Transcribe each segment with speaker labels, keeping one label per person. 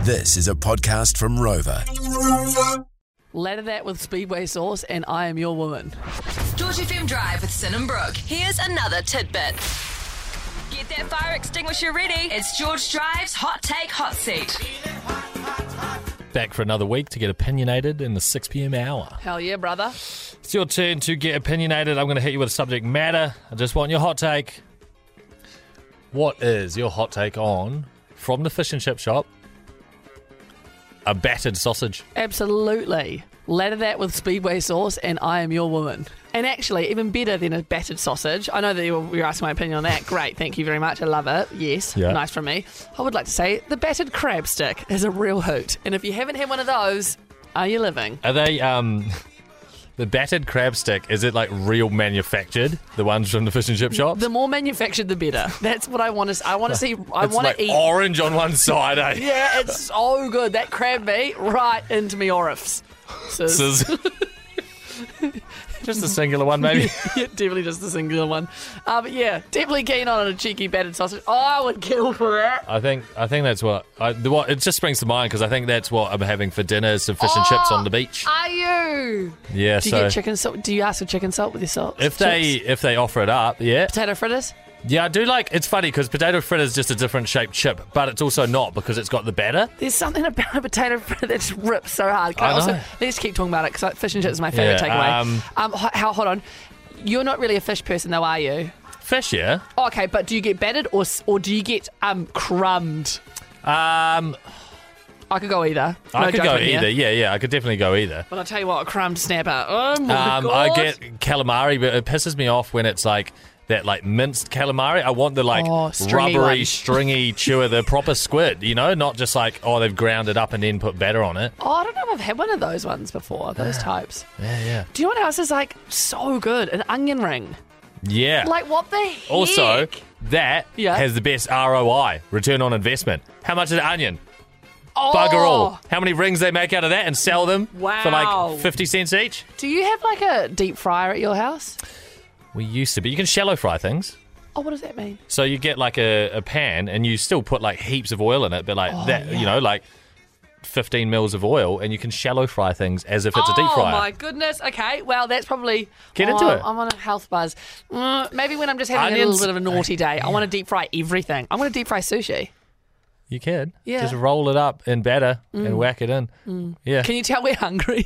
Speaker 1: This is a podcast from Rover.
Speaker 2: Ladder that with Speedway Sauce, and I am your woman.
Speaker 3: George FM Drive with Sin and Brooke. Here's another tidbit. Get that fire extinguisher ready. It's George Drive's Hot Take Hot Seat.
Speaker 4: back for another week to get opinionated in the 6 p.m. hour.
Speaker 2: Hell yeah, brother.
Speaker 4: It's your turn to get opinionated. I'm going to hit you with a subject matter. I just want your hot take. What is your hot take on from the fish and chip shop? A battered sausage.
Speaker 2: Absolutely. Ladder that with Speedway Sauce, and I am your woman. And actually, even better than a battered sausage. I know that you're, you're asking my opinion on that. Great, thank you very much. I love it. Yes,
Speaker 4: Yeah.
Speaker 2: nice from me. I would like to say the battered crab stick is a real hoot. And if you haven't had one of those, are you living?
Speaker 4: Are they um the battered crab stick? Is it like real manufactured? The ones from the fish and chip shop?
Speaker 2: The more manufactured, the better. That's what I want to. I want to see. I
Speaker 4: it's
Speaker 2: want
Speaker 4: like
Speaker 2: to eat.
Speaker 4: orange on one side. Eh?
Speaker 2: Yeah, it's so good. That crab meat right into me orifice. So
Speaker 4: This is- just a singular one, maybe.
Speaker 2: yeah, definitely just the singular one. Uh, but yeah, definitely keen on a cheeky battered sausage. Oh, I would kill for that.
Speaker 4: I think I think that's what I the what it just springs to mind because I think that's what I'm having for dinner is some fish and chips on the beach.
Speaker 2: Are you?
Speaker 4: Yeah,
Speaker 2: Oh, Do you
Speaker 4: so
Speaker 2: get chicken salt? Do you ask for chicken salt with your salt?
Speaker 4: if they
Speaker 2: Chips?
Speaker 4: if they offer it up, yeah,
Speaker 2: potato fritters.
Speaker 4: yeah, I do like. It's funny because potato fritter is just a different shaped chip, but it's also not because it's got the batter.
Speaker 2: There's something about a potato fritter that just rips so hard. Can
Speaker 4: I
Speaker 2: also,
Speaker 4: know.
Speaker 2: let's keep talking about it because fish and chips is my favorite
Speaker 4: Yeah,
Speaker 2: takeaway. Um,
Speaker 4: um,
Speaker 2: ho- how hold on, you're not really a fish person though, are you?
Speaker 4: Fish, yeah.
Speaker 2: Okay, but do you get battered or s- or do you get um crumbed?
Speaker 4: Um,
Speaker 2: I could go either. No
Speaker 4: I could go
Speaker 2: judgment here.
Speaker 4: either. Yeah, yeah, I could definitely go either.
Speaker 2: But I'll tell you what, a crumbed snapper. Oh my
Speaker 4: Um,
Speaker 2: god!
Speaker 4: I get calamari, but it pisses me off when it's like that, like minced calamari. I want the like
Speaker 2: Oh, stringy
Speaker 4: rubbery,
Speaker 2: one.
Speaker 4: stringy chewer, the proper squid, you know, not just like oh they've ground it up and then put batter on it.
Speaker 2: Oh, I don't know if I've had one of those ones before. Those types.
Speaker 4: Yeah, yeah,
Speaker 2: Do you know what else is like so good? An onion ring.
Speaker 4: yeah.
Speaker 2: Like what the heck?
Speaker 4: also, that
Speaker 2: Yeah.
Speaker 4: has the best ROI, return on investment. How much is an onion?
Speaker 2: oh,
Speaker 4: Bugger all. How many rings they make out of that and sell them for
Speaker 2: Wow.
Speaker 4: like fifty cents each?
Speaker 2: Do you have like a deep fryer at your house?
Speaker 4: We used to, but you can shallow fry things.
Speaker 2: Oh, what does that mean?
Speaker 4: So you get like a, a pan and you still put like heaps of oil in it, but
Speaker 2: Oh,
Speaker 4: like that, you know, like 15 mils of oil and you can shallow fry things as if it's a deep fryer.
Speaker 2: Oh my goodness. Okay. Well, that's probably.
Speaker 4: Get
Speaker 2: Oh,
Speaker 4: into it.
Speaker 2: I'm on a health buzz. Mm, maybe when I'm just having a
Speaker 4: Onions-
Speaker 2: little bit of a naughty day, I want to deep fry everything. I want to deep fry sushi.
Speaker 4: You can.
Speaker 2: Yeah. Mm.
Speaker 4: Just roll it up in batter and whack it in. Yeah.
Speaker 2: Can you tell we're hungry?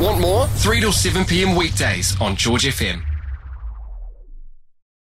Speaker 5: Want more? 3 till 7 p.m. weekdays on George FM.